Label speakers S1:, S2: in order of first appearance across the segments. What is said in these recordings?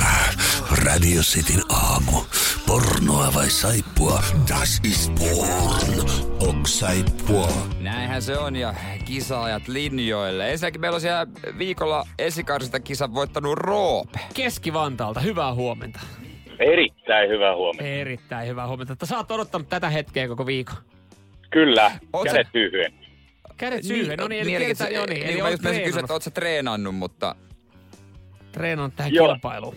S1: Äh, Radio Cityn aamu. Pornoa vai saippua? Das is porn. Ok saippua.
S2: Näinhän se on ja kisaajat linjoille. Ensinnäkin meillä on siellä viikolla esikarsista kisan voittanut Roope.
S3: Keski-Vantaalta, hyvää huomenta.
S4: Erittäin hyvä huomio.
S3: Erittäin hyvää huomenta. Että sä oot odottanut tätä hetkeä koko viikon.
S4: Kyllä,
S2: Oot sä-
S4: kädet tyhjyen.
S3: Kädet syyhyen, no niin, eli
S2: Mielenkiintoista-
S3: kertaa, no niin,
S2: niin
S3: eli
S2: mä
S3: oot
S2: just menisin kysyä,
S3: treenannut,
S2: että oot sä treenannut, mutta
S3: treenannut tähän
S4: Joo.
S3: kilpailuun.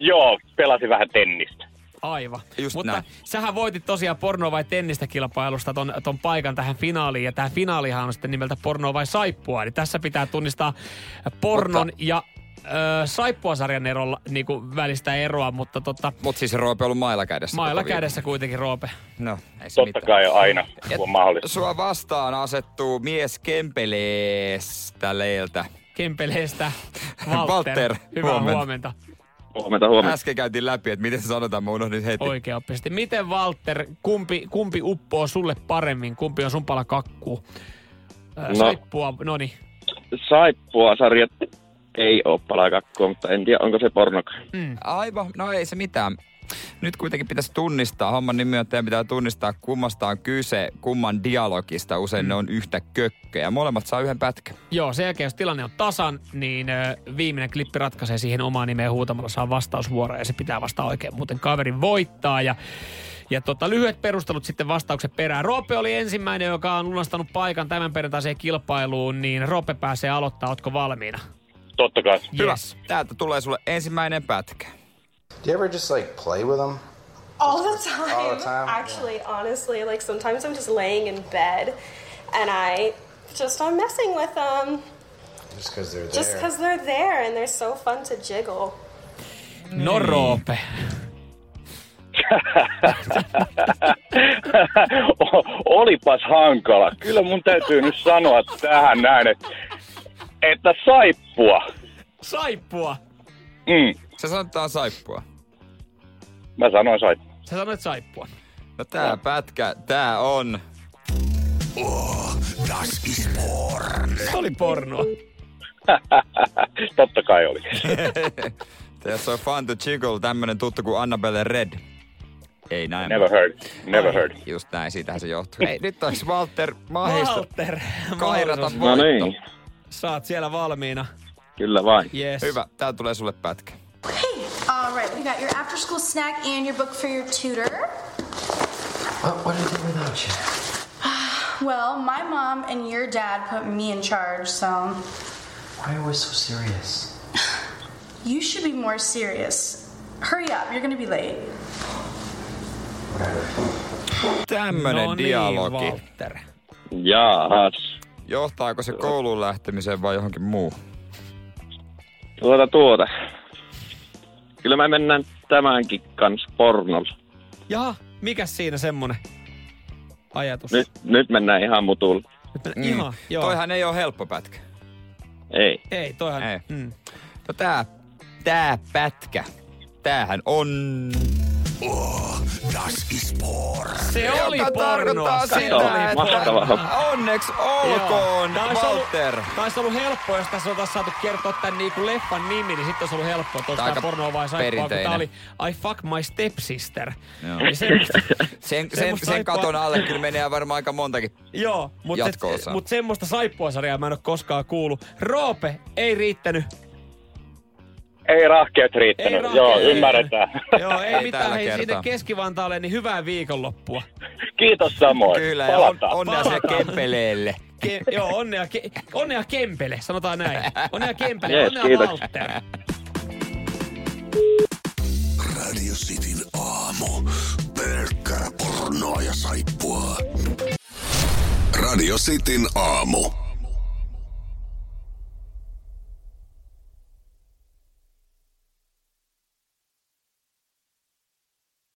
S4: Joo, pelasin vähän tennistä.
S3: Aivan.
S2: Just
S3: Mutta
S2: näin.
S3: sähän voitit tosiaan porno vai tennistä kilpailusta ton, ton paikan tähän finaaliin, ja tämä finaalihan on sitten nimeltä porno vai saippua. Eli tässä pitää tunnistaa pornon
S2: Mutta-
S3: ja ö, saippuasarjan erolla niinku välistä eroa, mutta tota,
S2: mut siis Roope on ollut mailla kädessä.
S3: mailla
S2: koko viikon.
S3: kädessä kuitenkin, Roope.
S2: No, ei se
S4: Totta
S2: mitään.
S4: kai aina, kun on mahdollista.
S2: Sua vastaan asettuu mies Kempeleestä leiltä.
S3: Kempeleestä Walter.
S2: Walter,
S3: Hyvää
S2: huomenta.
S3: huomenta. huomenta.
S4: Huomenta, huomenta.
S2: Äsken käytiin läpi, että miten se sanotaan, mä unohdin heti.
S3: Oikeaoppisesti. Miten Walter, kumpi, kumpi uppoo sulle paremmin? Kumpi on sun pala kakkuu? No.
S5: No.
S3: Saippua, no niin.
S5: saippua sarjat ei ole palakakkua, mutta en tiedä onko se pornoka.
S3: Mm.
S2: Aivan, no ei se mitään. Nyt kuitenkin pitäisi tunnistaa, homman nimi on, että pitää tunnistaa kummasta on kyse, kumman dialogista. Usein mm. ne on yhtä kökköjä. Molemmat saa yhden pätkän.
S3: Joo, sen jälkeen jos tilanne on tasan, niin ö, viimeinen klippi ratkaisee siihen omaa nimeä huutamalla saa vastausvuoro ja se pitää vasta oikein. Muuten kaveri voittaa ja, ja tota, lyhyet perustelut sitten vastauksen perään. Roope oli ensimmäinen, joka on lunastanut paikan tämän perjantaiseen kilpailuun, niin Roope pääsee aloittaa. Ootko valmiina?
S4: Totta kai.
S3: Yes.
S2: Hyvä. Täältä tulee sulle ensimmäinen pätkä.
S6: Do you ever just like play with them?
S7: All the time.
S6: All the time, yeah.
S7: Actually, honestly, like sometimes I'm just laying in bed and I just I'm messing with them
S6: Just because they're there.
S7: just because they're there and they're so fun to jiggle.
S3: No Roope.
S4: O- Olipas hankala. Kyllä mun täytyy nyt sanoa tähän näin, että, että saippua.
S3: Saippua.
S4: Mm,
S2: Se sanotaan saippua.
S4: mä sanoin saippua.
S3: Sä sanoit saippua.
S2: No tää pätkä, tää on...
S1: Das is porn.
S3: Se oli pornoa.
S4: Siis Totta kai oli.
S2: Tässä on Fun to Jiggle, tämmönen tuttu kuin Annabelle Red. Ei näin.
S4: Never heard. Never heard.
S2: Just näin, siitähän se johtuu. Hei, nyt olisi Walter mahdollista
S3: Walter.
S2: kairata
S3: Mahdollisuus.
S5: No
S2: voitto.
S5: niin,
S3: Saat siellä valmiina.
S5: kyllä vain.
S3: Yes.
S2: Hyvä, tää tulee sulle pätkä.
S8: All right, we got your after school snack and your book for your tutor.
S6: What, what did I do without you?
S8: Well, my mom and your dad put me in charge, so
S6: Why are we so serious?
S8: you should be more serious. Hurry up, you're gonna be late.
S2: Tämmönen
S3: no
S2: dialogi.
S3: Niin, Walter.
S5: Jaahas.
S2: Johtaako se kouluun lähtemiseen vai johonkin muuhun?
S5: Tuota tuota. Kyllä mä mennään tämänkin kanssa pornolla.
S3: Jaha, mikä siinä semmonen ajatus?
S5: Nyt, nyt mennään ihan mutulla.
S3: Nyt mennään- Ihan, joo.
S2: Mm. Toihan ei ole helppo pätkä.
S5: Ei.
S3: Ei, toihan...
S2: Ei.
S3: Mm.
S2: No tää, tää pätkä, tämähän on...
S1: Das is porn.
S3: Se
S2: Joka
S3: oli
S2: tarkoittaa
S3: pornoa. Se
S2: sitä,
S3: oli
S5: että-
S3: pornoa.
S5: Mahtavaa.
S2: Onneksi olkoon,
S3: Joo. Tää olisi
S2: Walter!
S3: Ollut, tää olisi ollut helppoa, jos tässä oltaisiin saatu kertoa tämän niinku leffan nimi, niin sitten olisi ollut helppoa.
S2: Tää
S3: Tuosta
S2: on
S3: tämä
S2: aika
S3: pornoa vai saippua, kun tää
S2: perinteinen.
S3: oli I fuck my stepsister.
S2: Joo.
S3: Eli semmoista-
S2: Sen, sen,
S3: semmoista
S2: sen
S3: saippua-
S2: katon alle kyllä menee varmaan aika montakin.
S3: Joo, mutta
S2: Jatko-osaa.
S3: mut semmoista saippuasarjaa mä en ole koskaan kuullut. Roope ei riittänyt.
S4: Ei rahkeet riittänyt.
S3: Ei rahkeet
S4: Joo,
S3: riittänyt.
S4: ymmärretään.
S3: Joo, ei,
S2: Ei
S3: mitään.
S2: tällä
S3: Hei
S2: kertaa.
S3: sinne Keski-Vantaalle, niin hyvää viikonloppua.
S4: Kiitos samoin.
S2: Kyllä, ja on,
S4: Palataan.
S2: onnea se
S3: Palataan.
S2: kempeleelle.
S3: Ke- joo, onnea, ke- onnea Kempele, sanotaan näin. Onnea Kempele,
S5: Jees,
S3: onnea
S5: kiitos.
S3: Walter.
S1: Radio Cityn aamu. Pelkkää pornoa ja saippua. Radio Cityn aamu.